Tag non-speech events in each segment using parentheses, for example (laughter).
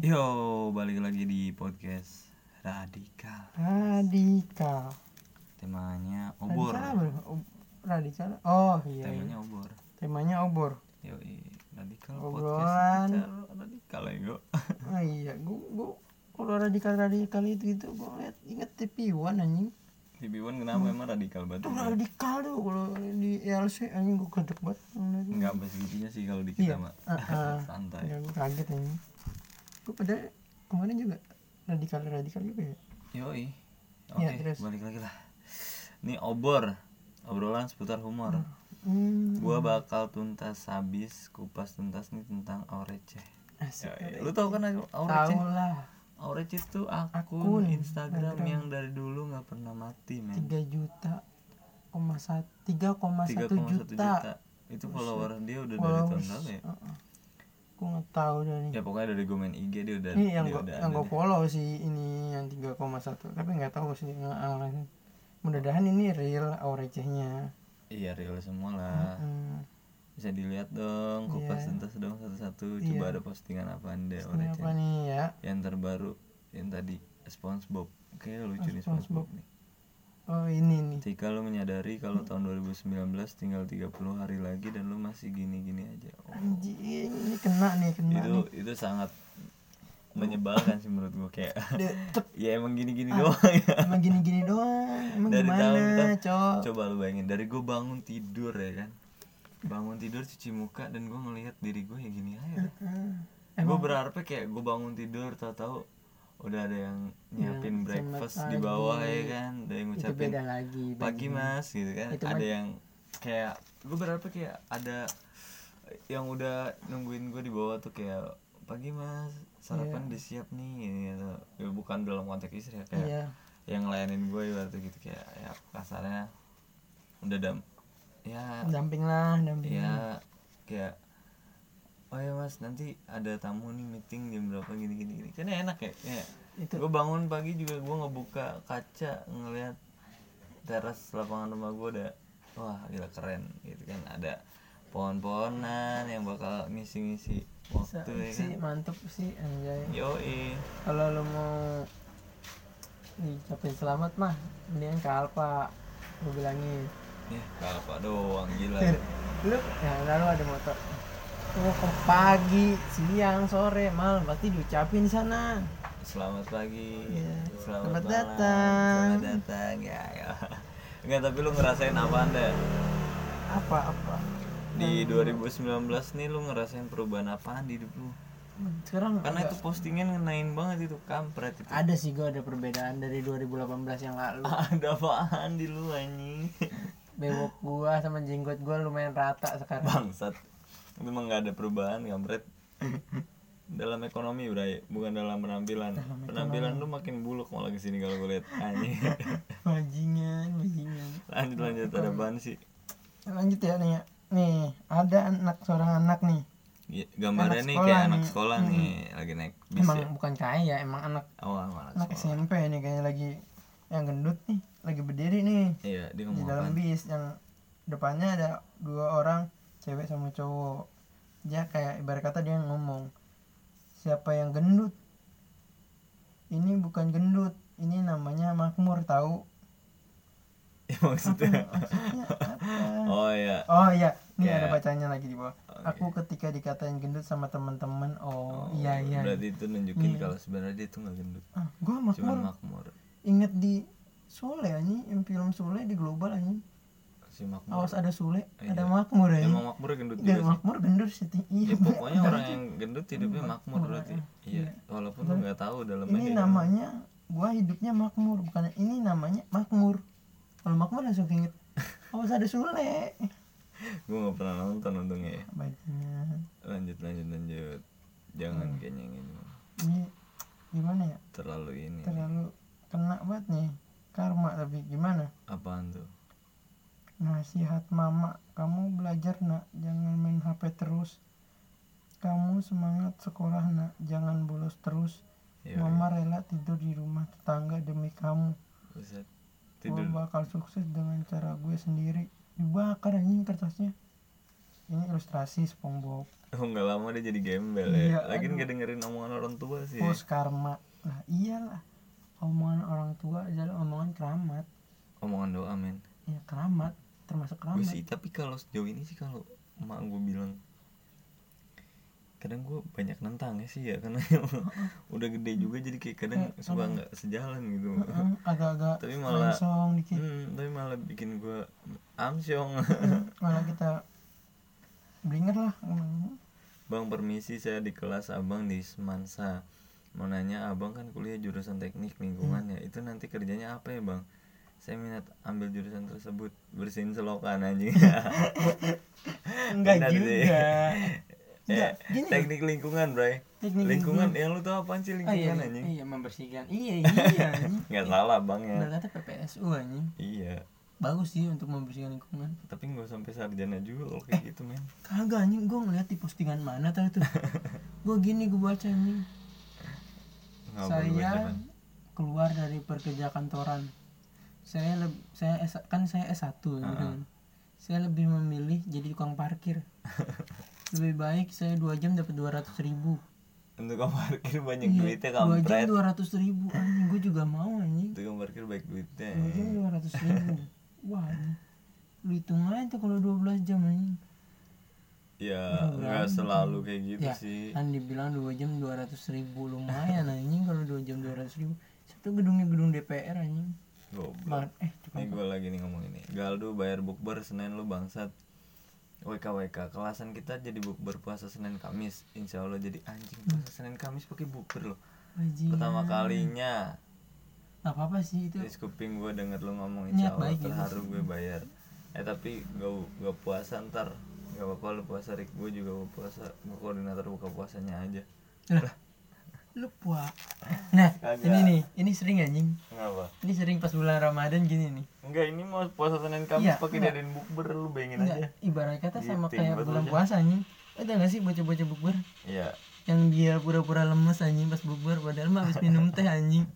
Iya. Yo, balik lagi di podcast Radikal. Radikal. Temanya obor. Radikal apa? Ob- Radikal. Oh iya. iya. Temanya obor. Temanya obor. Yo, radikal Obrolan. podcast radikal, radikal ya kok. Oh iya, gua gua kalau radikal radikal itu itu gitu, gua lihat inget TV One anjing. Bibiwan kenapa emang radikal banget? Tuh radikal tuh kalau di ELC anjing gua gedek banget. ngeliatnya. Enggak segitunya sih kalau di kita Iya. mah. Ah, ah. (laughs) Santai. Ya gua kaget anjing. Gua pada kemarin juga radikal radikal juga ya. Yo, Oke, Iya, terus. balik lagi lah. Nih obor. Obrolan seputar humor. Iya. Hmm. Gua bakal tuntas habis, kupas tuntas nih tentang Aurece. Asik. Yoi. Lu tau kan Aurece? Tahu lah. Hmm. Orange itu akun, Akun Instagram, Instagram. yang dari dulu nggak pernah mati men 3 juta koma sat- 3,1 3,1 juta. Oh, itu follower dia udah dari tahun followers. berapa ya Heeh. Gua nggak tahu dari. ya pokoknya dari gue main IG dia udah ini yang dia gua udah yang ada gua deh. follow sih ini yang 3,1 tapi nggak tahu sih ngarang. Mudah-mudahan ini real aurecehnya. iya real semua lah Hmm. bisa dilihat dong kupas Iya. tuntas dong satu-satu coba Iya. ada postingan apaan deh Ini Orange apa nih ya? yang terbaru yang tadi SpongeBob kayaknya lucu nih SpongeBob. SpongeBob nih Oh ini nih. jika lu menyadari kalau tahun 2019 tinggal 30 hari lagi dan lu masih gini-gini aja Oh, Anjing ini kena nih kena itu nih. itu sangat menyebalkan sih menurut gue kayak (laughs) Dek, tep, ya emang gini-gini doang ya Emang gini-gini doang. Ah, Emang Dari gimana, tahun kita- Cok? coba lu bayangin dari gue bangun tidur ya kan bangun tidur cuci muka dan gue ngelihat diri gue ya gini aja Heeh. gue berharap kayak gue bangun tidur tahu-tahu udah ada yang nyiapin Yang breakfast selamat di bawah Iya, pagi. ya kan ada yang Itu ngucapin beda lagi. pagi mas gitu kan Itu ada mah- yang kayak gue berharap kayak ada yang udah nungguin gue di bawah tuh kayak pagi mas sarapan Iya. udah siap nih gitu. ya bukan dalam konteks istri ya kayak Iya. yang ngelayanin gue waktu gitu kayak ya kasarnya udah dam ya Damping lah, damping. ya kayak oh ya mas nanti ada tamu nih meeting jam berapa gini gini gini kan enak ya, ya. Itu. gue bangun pagi juga gue ngebuka kaca ngelihat teras lapangan rumah gue udah wah gila keren gitu kan ada pohon-pohonan yang bakal ngisi-ngisi Sa- waktu ya kan sih mantep sih anjay. yoi kalau lu mau diucapin selamat mah mendingan ke Alfa gue bilangin ya kalpa doang gila Eh. lu ya lalu ada motor mau ke pagi siang sore malam pasti diucapin di sana Selamat pagi. Iya. Selamat, Selamat malam. datang. Selamat datang ya. ya. (laughs) Enggak, tapi lu ngerasain apaan deh? apa apa Di 2019 nih lu ngerasain perubahan apaan di hidup lu? Hmm, sekarang Karena agak- itu postingan ngenain banget itu kampret itu. ada sih gue ada perbedaan dari 2018 yang lalu Ada apaan di lu anjing? (laughs) bewok gua sama jenggot gua lumayan rata sekarang Bangsat. Itu emang nggak ada perubahan kampret. dalam ekonomi bray bukan dalam penampilan penampilan lu makin buluk malah kesini kalau gue lihat anjing (laughs) bajingan bajingan lanjut lanjut ada apaan sih lanjut ya nih ya. nih ada anak seorang anak nih Iya, gambarnya Anak nih kayak sekolah anak nih. Hmm. sekolah nih lagi naik bis emang ya? ya. bukan kaya emang anak Oh, anak anak sekolah. SMP nih kayaknya lagi yang gendut nih lagi berdiri nih Iya, dia di ngomong apaan? dalam bis yang depannya ada dua orang cewek sama cowok dia kayak ibarat kata dia ngomong siapa yang gendut ini bukan gendut ini namanya makmur tahu Ya, (laughs) maksudnya. maksudnya apa (laughs) Oh iya. Oh iya, ini Kayak- ada bacanya lagi di bawah. Oke. Aku ketika dikatain gendut sama teman-teman, oh, iya iya. Berarti itu nunjukin Iya. kalau sebenarnya dia tuh nggak gendut. Ah, gua Cuman makmur makmur. inget di Sule anjing, yang film Sule di global anjing. Si makmur. Awas ada Iya, Sule, Iya. ada makmur Emang anjing. makmur gendut Dan juga sih. makmur gendut sih. Ti. Iya. Ya, bener. pokoknya orang yang gendut hidupnya makmur berarti. Iya, Iya. walaupun lu nggak tahu dalamnya ini kayak gitu. namanya gua hidupnya makmur, bukan ini namanya makmur. Kalau makmur langsung inget. Awas ada Sule. gimana. Gua nggak pernah nonton untungnya ya. Bacanya. Lanjut lanjut lanjut. Jangan Hmm. kayaknya yang ini. Ini gimana ya? Terlalu ini. terlalu kena banget nih karma tapi gimana Apaan tuh? nasihat mama kamu belajar nak jangan main hp terus kamu semangat sekolah nak jangan bolos terus Iya. mama rela tidur di rumah tetangga demi kamu Buset. gue Tidur. bakal sukses dengan cara gue sendiri dibakar anjing kertasnya ini ilustrasi SpongeBob (laughs) Oh nggak lama dia jadi gembel ya. Iya, Lagian aduh. nggak dengerin omongan orang tua sih. Post karma nah iyalah omongan orang tua adalah omongan keramat Omongan doa men. ya keramat termasuk Gue keramat sih tapi kalau sejauh ini sih kalau emak gue bilang kadang gue banyak nentangnya sih ya karena (laughs) udah gede juga jadi kayak kadang Eh, suka kadang- nggak sejalan gitu. Heeh, agak-agak Tapi malah- langsung dikit Hmm, tapi malah bikin gue amsyong. (laughs) malah kita blinger lah (laughs) Bang permisi saya di kelas abang di Semansa Mau nanya abang kan kuliah jurusan teknik lingkungan Hmm. ya Itu nanti kerjanya apa ya bang? Saya minat ambil jurusan tersebut Bersihin selokan anjing (laughs) enggak Benar sih. (laughs) juga Enggak, Eh, gini loh. Teknik lingkungan bray Teknik Lingkungan, yang lu tau apaan sih Ah, iya, lingkungan iya, (laughs) anjing? iya membersihkan iya iya (laughs) anjing. Nggak salah bang ya berkata PPSU anjing Iya bagus sih untuk membersihkan lingkungan Tapi nggak sampai sarjana juga kalau kayak gitu men kagak anjing gue ngeliat di postingan mana tadi (laughs) tuh gue gini gue baca anjing Nggak boleh baca, saya Bang. keluar dari pekerja kantoran saya leb- saya S- kan saya S1 gitu kan. saya lebih memilih jadi (laughs) tukang parkir lebih baik saya dua jam dapat 200.000 ribu (laughs) Tukang parkir banyak Iya, duitnya dua jam kampret 200.000 ribu anjing gue juga mau anjing Tukang parkir kan baik duitnya ya. dua jam 200.000 (laughs) wah anjing. lu hitung aja kalau 12 jam anjing Ya nggak selalu kayak gitu Iya, kan? ya sih kan dibilang dua jam 200.000 ribu lumayan anjing kalau dua jam 200.000 ribu satu gedungnya gedung DPR anjing Goblok Banget. eh tukang Nih gue lagi nih ngomong ini Galdu bayar bukber Senin lu bangsat WK WK Kelasan kita jadi bukber puasa Senin Kamis Insya Allah jadi anjing puasa Senin Kamis pakai bukber loh Anjing. Pertama kalinya Gak apa-apa sih itu. Di kuping gue denger lu ngomong Niat Insya Allah baik gitu terharu gue bayar Eh tapi gak, gak puasa ntar Gak apa-apa lu puasa Rik Gue juga mau puasa Gue koordinator buka puasanya aja Lah. Lu puas. Nah, Kagak. ini nih, ini sering anjing. Kenapa? Ini sering pas bulan Ramadan gini nih. Enggak ini mau puasa Senin Kamis Iya, pakai enggak. dadain bukber lu bayangin aja Enggak, ibarat kata sama Giting kayak banget bulan Gitu, aja. puasa anjing. Ada gak sih bocah-bocah bukber Iya yang dia pura-pura lemes anjing pas bukber padahal mah habis minum teh anjing.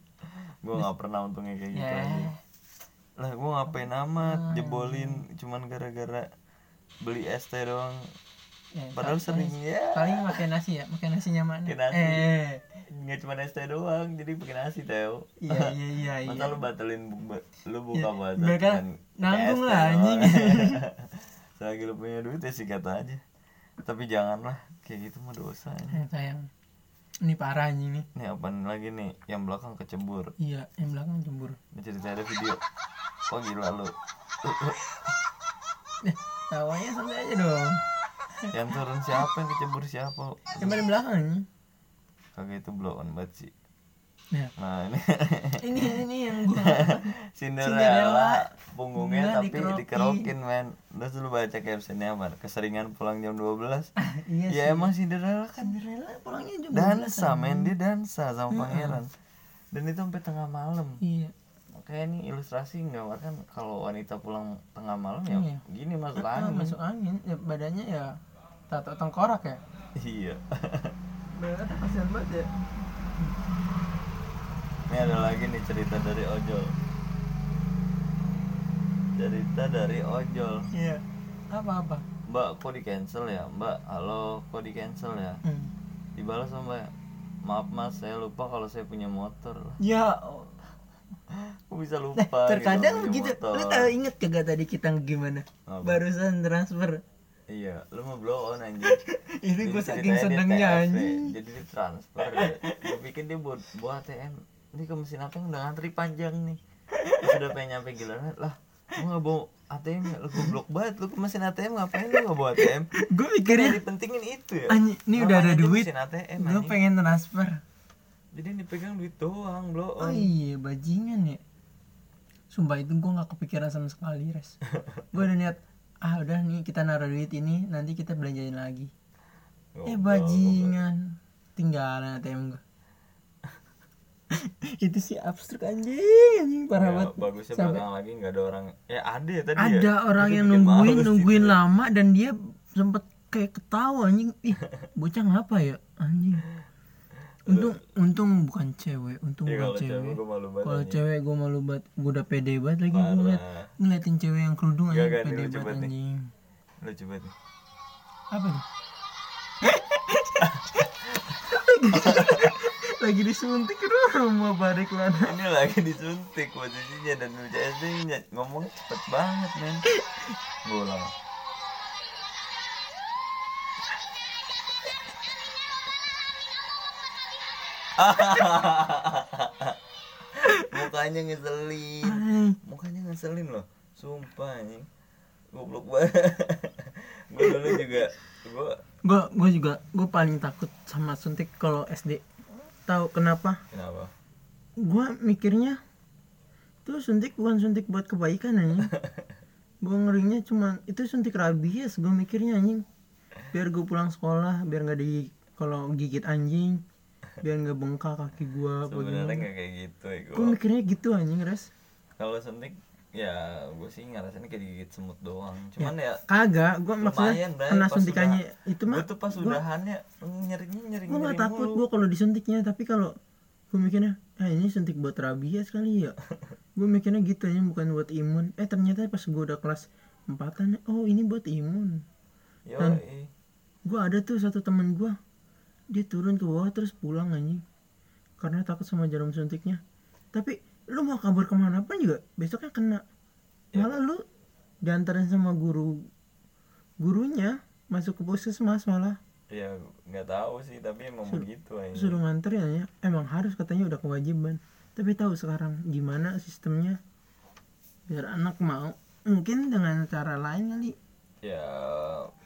gue nggak pernah untungnya kayak gitu Ya. Hmm. anjing lah gue ngapain amat jebolin cuman gara-gara beli es teh doang Ya, padahal sering ya paling pakai nasi ya, pakai nasinya mana? Pakai nasi. Eh. nggak cuma es teh doang jadi bikin nasi teo Iya, iya, iya, iya. masa lu batalin bu- lu buka puasa mereka cuman pakai es nanggung teh lah, doang. anjing. (laughs) selagi lu punya duit ya sikat aja tapi janganlah kayak gitu mah dosa ini Eh, sayang. Ini parah anjing nih. nih apaan lagi nih yang belakang kecebur Iya, yang belakang jembur. Ini cerita ada video kok gila lu Eh, tawanya santai aja dong. yang turun siapa yang kecebur siapa Yang paling belakang anjing. kagak itu blow on banget sih Nah, nah ini (laughs) ini ini yang gua Cinderella punggungnya bunga tapi dikerokin. dikerokin men terus lu baca captionnya apa keseringan pulang jam 12 iya ya emang Cinderella kan Cinderella pulangnya jam dansa men dia dansa sama pangeran dan itu sampai tengah malam iya makanya ini ilustrasi menggambarkan kalau wanita pulang tengah malam ya Iya. gini masuk Ah, angin masuk angin ya, badannya ya tato tengkorak ya iya (laughs) badannya kasihan banget ya ini ada lagi nih cerita dari ojol cerita dari ojol iya apa apa Mbak kok di cancel ya Mbak halo kok di cancel ya hmm. dibalas sama Mbak maaf mas saya lupa kalau saya punya motor lah ya oh. kok bisa lupa Nah, gitu, terkadang punya gitu motor? lu tahu inget kagak tadi kita gimana Apa? barusan transfer (laughs) iya lu mau blow on anjing itu Jadi gue saking ceritanya dia senengnya TFV, anjing jadi dia transfer ya. gue pikir dia buat buat ATM ini ke mesin ATM udah ngantri panjang nih Pas udah pengen nyampe giliran lah gue nggak bawa ATM ya lu goblok banget lu ke mesin ATM ngapain lu nggak bawa ATM gue Kira pikirnya dipentingin itu ya (laughs) anjing ini udah ada Makanya dia duit mesin ATM gue anjing. pengen transfer Jadi yang dipegang duit doang, blow on. Oh iya bajingan ya Sumpah itu gue gak kepikiran sama sekali (laughs) res Gue udah niat Ah udah nih kita naruh duit ini Nanti kita belanjain lagi Ya Eh bajingan (laughs) Tinggalan ATM gue (laughs) Itu sih abstrak anjing Anjing parah Ya, banget bagusnya Sampai- belakang lagi nggak ada orang. Eh ada ya tadi ya. Ada orang Itu yang bikin nungguin males Nungguin gitu. lama dan dia sempet kayak ketawa anjing Ih bocah ngapa ya anjing Untung untung bukan cewek Untung Ya, bukan kalau cewek cewek gue malu banget. Kalau anjing. cewek gue malu banget, gue udah pede banget lagi gue Parah. Iya, kan, ngeliat ngeliatin cewek yang kerudung aja Gak, gak, pede dulu banget coba nih. anjing. Lu coba nih. apa (laughs) tuh lagi disuntik aduh rumah balik lana ini lagi disuntik posisinya dan UCSD ini ngomong cepet banget men bola (laughs) mukanya ngeselin mukanya ngeselin loh sumpah anjing goblok banget (laughs) gue dulu juga gue gue gue juga gue paling takut sama suntik kalau SD tahu kenapa kenapa gue mikirnya tuh suntik bukan suntik buat kebaikan (laughs) anjing gue ngerinya cuman itu suntik rabies gue mikirnya anjing biar gue pulang sekolah biar nggak di kalau gigit anjing biar nggak bengkak kaki gue sebenarnya bagaimana nggak kayak gitu ya gue gua. mikirnya gitu anjing res kalau suntik ya gue sih ngerasain kayak digigit semut doang cuman ya, kagak gue maksudnya Lumayan, Bray, kena pas suntikannya itu gue mah tuh pas udahannya nyerinya nyeri gue nyeri nggak takut mulu. gue kalau disuntiknya tapi kalau gue mikirnya ah ini suntik buat rabies kali ya gue mikirnya gitu aja bukan buat imun eh ternyata pas gue udah kelas empatan oh ini buat imun Yoi. gue ada tuh satu temen gue dia turun ke bawah terus pulang anjing karena takut sama jarum suntiknya tapi lu mau kabur kemana pun juga besoknya kena malah lu diantarin sama guru gurunya masuk ke puskesmas malah ya nggak tahu sih tapi emang begitu eh. aja suruh nganter ya ya. emang harus katanya udah kewajiban tapi tahu sekarang gimana sistemnya biar anak mau mungkin dengan cara lain kali ya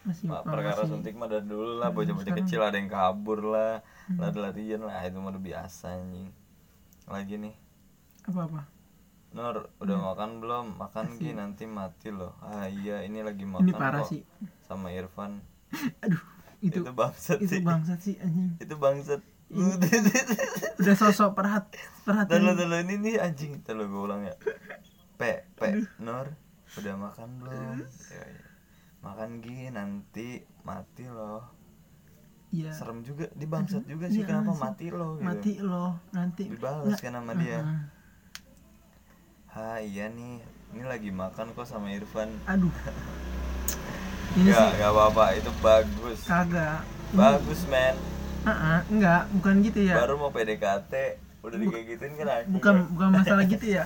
masih ma- Nah, perkara suntik mah dari dulu lah bocah-bocah kecil ada yang kabur lah Hmm. lari-larian lah itu mah udah biasa anjing lagi nih apa apa Nur udah Hmm. makan belum makan Gi nanti mati loh ah iya ini lagi makan ini parah kok sih sama Irfan (laughs) aduh itu, itu bangsat itu sih bangsat sih anjing itu bangsat Iya. (laughs) udah sosok perhat Tar lo, perhatian tar lo, ini nih anjing Tar lo gue ulang ya Pe, Pe, Nur Udah makan belum? Yoi. Makan Gi, nanti mati loh ya Serem juga, di bangsat juga sih Iya, Kenapa bangsat. mati loh gitu mati loh nanti Uh-uh. Dibalas kan sama dia Heeh. Ha iya nih, ini lagi makan kok sama Irfan aduh ini Iya sih Gak, gak apa-apa, itu bagus kagak Bagus men Heeh, enggak bukan gitu ya Baru mau PDKT Udah digegitin kan anjing bukan bukan masalah gitu ya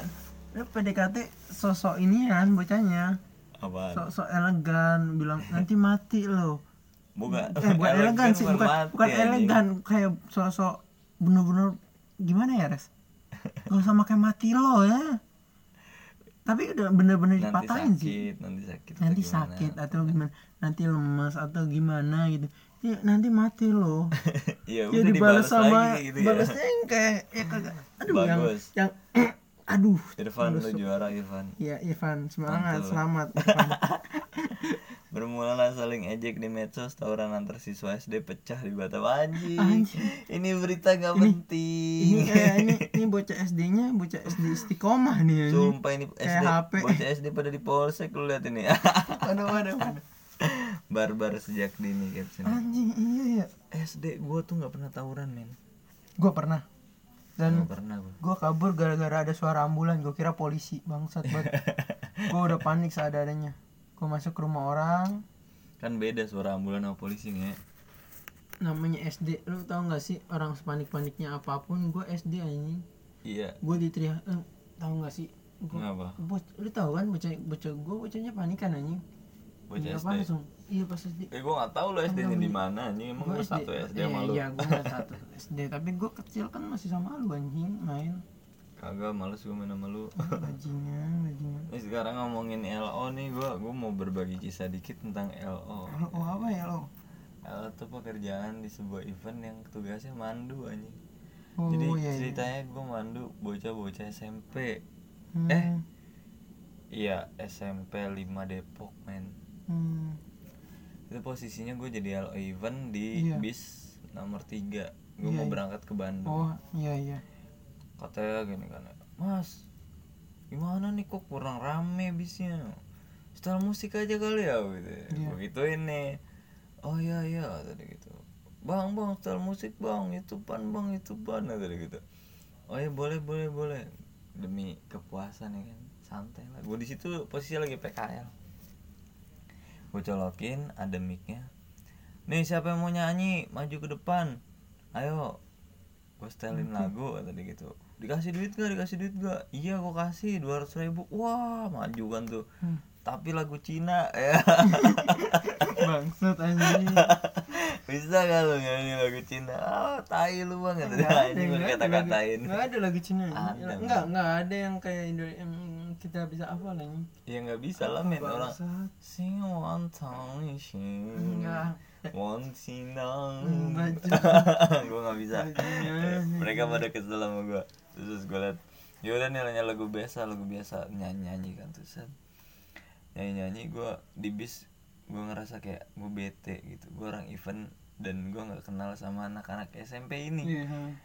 Lu PDKT sosok ini kan bocahnya Apaan? sosok elegan bilang nanti mati lo Bukan, Kan eh (laughs) bukan elegan sih bukan bukan mati, bukan ya, kan. anjing. elegan kayak sosok bener-bener gimana ya res gak usah pakai mati lo ya tapi udah bener-bener Nanti dipatahin sih sakit, nanti sakit atau gimana. nanti sakit atau gimana nanti lemas atau gimana gitu Ya, nanti mati lo (laughs) Iya, (laughs) ya udah dibalas dibalas sama lagi gitu ya. balasnya yang kayak ya kagak aduh Bagus. yang (clears throat) yang aduh (laughs) Irfan lu juara Irfan ya Irfan semangat Mantul. selamat (laughs) Irfan. Bermulalah saling ejek di medsos Tawuran antar siswa SD pecah di Batam Anjing, Anjing. Ini berita gak penting ini kayak ini ini bocah SD-nya bocah SD istiqomah nih ya (laughs) Sumpah ini SD HP. Bocah SD pada di polsek lu lihat ini (laughs) waduh waduh waduh Barbar sejak dini caption anjing iya ya SD gua tuh gak pernah tawuran men gue pernah dan Gak pernah gua (laughs) gue kabur gara-gara ada suara ambulan gue kira polisi (laughs) bangsat banget gue udah panik seadanya gue masuk ke rumah orang Kan beda suara ambulan sama polisi nih ya namanya SD lu tau gak sih orang sepanik-paniknya apapun gue SD anjing Iya gue diteriak eh, tau gak sih gue Kenapa? lu tau kan bocah bocah gue bocahnya panikan anjing Bocah Iya, SD langsung iya pas SD Eh gua gak tau lu SD nya dimana Anjing emang Gua lu satu SD sama iya, lu iya gue satu SD tapi gue kecil kan masih sama lu anjing (laughs) main Kagak males gua main sama lu (laughs) bajingan bajingan Ini sekarang ngomongin LO nih gua gua mau berbagi kisah dikit tentang LO. lo oh, apa ya lo LO tuh pekerjaan di sebuah event yang tugasnya mandu anjing. oh, Jadi iya, iya. ceritanya gua mandu bocah-bocah SMP. Hmm, eh. Iya, SMP 5 Depok, men. hmm. Itu posisinya gue jadi LO event di Iya. bis nomor 3. Gue Iya, mau iya. berangkat ke Bandung. oh iya iya katanya gini kan mas gimana nih kok kurang rame bisnya setel musik aja kali ya gitu Iya. begitu ini oh iya iya tadi gitu bang bang setel musik bang itu pan bang itu pan tadi gitu oh iya boleh boleh boleh demi kepuasan ya kan santai lah gue di situ posisi lagi PKL gue colokin ada micnya nih siapa yang mau nyanyi maju ke depan ayo gue setelin lagu tadi gitu dikasih duit gak dikasih duit gak iya gue kasih dua ribu wah maju kan tuh Hmm. tapi lagu Cina (laughs) ya (laughs) bangsat anjing bisa gak lo nyanyi lagu Cina ah tai lu banget Nggak ada, anjing nggak gue ada kata-katain lagu- nggak ada lagu Cina Ada. enggak enggak ada yang kayak Indo yang kita bisa apa lah ini ya nggak bisa lah men orang Bangsat. sing wan tang sing enggak wan sinang Hmm, baju. gue nggak bisa Bajunya. mereka pada kesel sama gue terus gue liat yaudah nih nanya lagu biasa lagu biasa nyanyi nyanyi kan terus nyanyi nyanyi gue di bis gue ngerasa kayak gue bete gitu gue orang event dan gue nggak kenal sama anak-anak SMP ini Iya.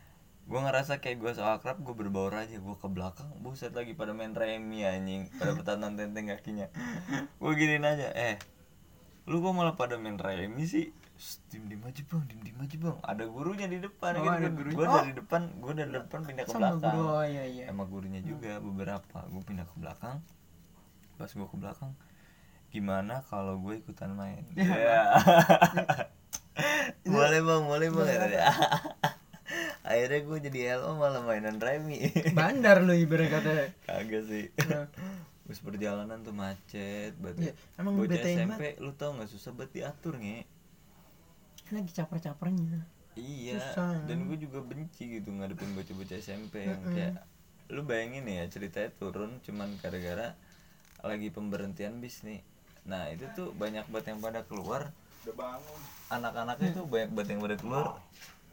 gue ngerasa kayak gue so akrab gue berbaur aja gue ke belakang buset lagi pada main remi anjing pada bertantan tenteng kakinya (laughs) gue giniin aja eh lu kok malah pada main remi sih Shh, diem diem aja bang diem diem aja bang ada gurunya di depan Oh, gitu. ada Gua- gurunya. gua dari depan gue dari depan pindah ke sama belakang guru oh iya iya sama gurunya juga beberapa gue pindah ke belakang pas gue ke belakang gimana kalau gue ikutan main Iya. (laughs) ya boleh bang boleh bang ya, (laughs) akhirnya gue jadi LO malah mainan remi (laughs) bandar lu ibarat kata kagak sih Nah, terus perjalanan tuh macet Iya, banget emang bocah betain SMP lu tau nggak susah banget diatur nge lagi caper-capernya Iya, Susah, dan gue juga benci gitu ngadepin bocah-bocah SMP yang kayak lu bayangin ya ceritanya turun cuman gara-gara lagi pemberhentian bis nih. Nah, itu tuh banyak banget yang pada keluar. Anak-anaknya tuh banyak banget yang pada keluar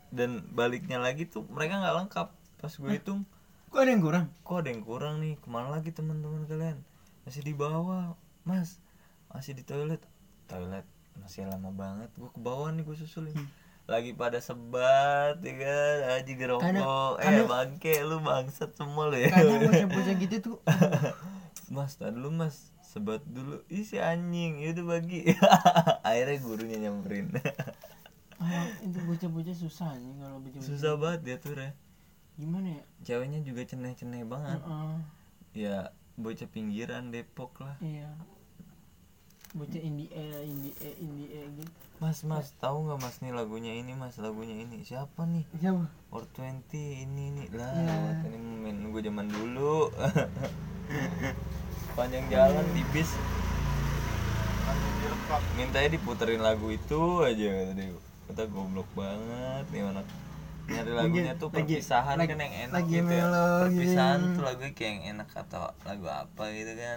dan baliknya lagi tuh mereka nggak lengkap. Pas gue hitung, kok ada yang (laughs) kurang kok ada yang kurang nih? Kemana lagi teman-teman kalian? Masih di bawah, Mas. Masih di toilet. Toilet masih lama banget. Gue ke bawah nih gue susulin. Lagi pada sebat, ya kan? Aji gerokok. Eh, bangke lu bangsat semua lu ya. kadang bocah-bocah gitu tuh (laughs) mas, tadi dulu Mas. Sebat dulu. Isi anjing, itu bagi. (laughs) Akhirnya gurunya nyamperin. (laughs) ah, itu bocah-bocah susah nih kalau bocah Susah banget dia tuh, ya. gimana ya Uh-uh. Ceweknya juga ceneh-ceneh banget. Heeh. Ya, bocah pinggiran Depok lah. iya bocah indie eh, indie eh, indie eh, gitu Mas, mas, tahu nggak mas nih lagunya ini mas lagunya ini siapa nih? siapa Or 20 ini nih lah, Iya. yeah. ini main gue zaman dulu. (laughs) Panjang jalan di bis. Mintanya diputerin lagu itu aja tadi. Kita goblok banget nih anak. Nyari lagunya tuh perpisahan kan yang enak lagi gitu ya. mellow Perpisahan tuh lagu kayak yang enak atau lagu apa gitu kan.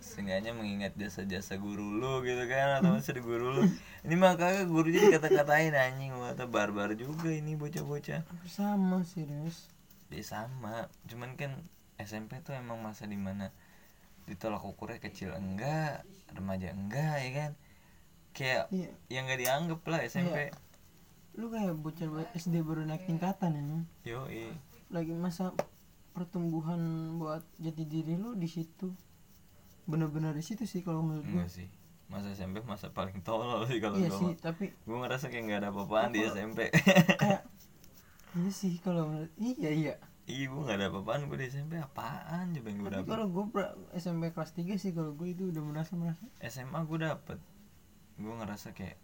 Seenggaknya mengingat jasa-jasa guru lu gitu kan Hmm. atau masih guru lu. Ini makanya gurunya dikata-katain anjing mata barbar juga ini bocah-bocah. sama serius Ya sama, cuman kan SMP tuh emang masa dimana ditolak ukurnya kecil enggak, remaja enggak ya kan. Kayak iya yang nggak dianggap lah SMP. lu kayak bocah SD baru naik tingkatan ya Nyong. Yoi. lagi masa pertumbuhan buat jati diri lu di situ bener-bener di situ sih kalau menurut gue Enggak sih. Masa SMP masa paling tolol sih kalau iya gua sih mah. tapi Gua ngerasa kayak nggak ada apa-apaan di (laughs) SMP. kayak iya sih kalau menurut iya iya Iya, gua nggak ada apa-apaan gua di SMP apaan coba yang gua tapi dapet. kalau gue SMP kelas 3 sih kalau gue itu udah merasa merasa SMA gua dapet. Gua ngerasa kayak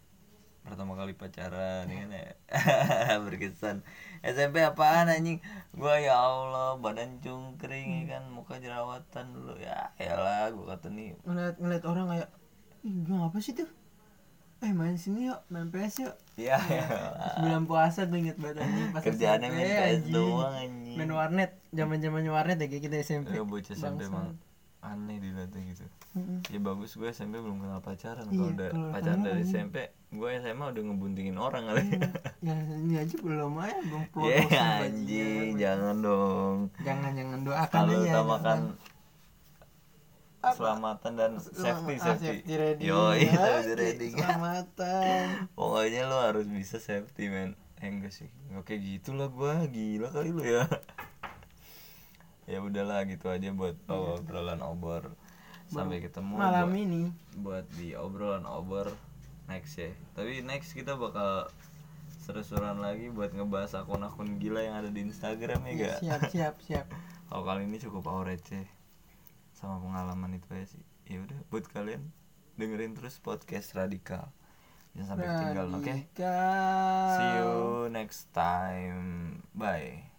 pertama kali pacaran Iya. ya kan ya. (laughs) berkesan SMP apaan anjing gua ya Allah badan Hmm. cungkring ya kan muka jerawatan dulu ya elah gua kata nih ngeliat ngeliat orang kayak ih gue apa sih tuh eh main sini yuk main PS yuk ya Pas bulan puasa gue inget banget anjing Iya. pas kerjaannya SMP, main PS anjing. doang anjing main warnet zaman zamannya warnet ya kayak kita SMP ya bocah SMP emang aneh dilihatnya gitu Mm-mm. ya bagus gue SMP belum kenal pacaran Iya, kalau udah kalau udah pacaran kenal dari anjing. SMP gue SMA udah ngebuntingin orang kali (laughs) ya ini aja belum aja belum keluar ya dosa anjing bajingan. jangan dong jangan jangan doakan kalau aja utamakan jangan. Apa? keselamatan dan safety Ah, safety, safety ready Yoi, (laughs) Ya, safety oke, ready. selamatan pokoknya lo harus bisa safety man Eh, enggak sih oke gitu lah gue gila kali lo ya (laughs) ya udahlah gitu aja buat oh, obrolan obor sampai ketemu Iya. malam buat- ini buat di obrolan obor next ya tapi next kita bakal seru-seruan lagi buat ngebahas akun-akun gila yang ada di Instagram ya ga Iya, siap siap siap kalau kali ini cukup awret sih sama pengalaman itu aja sih ya udah buat kalian dengerin terus podcast radikal jangan sampai ketinggalan oke Radikal. see you next time bye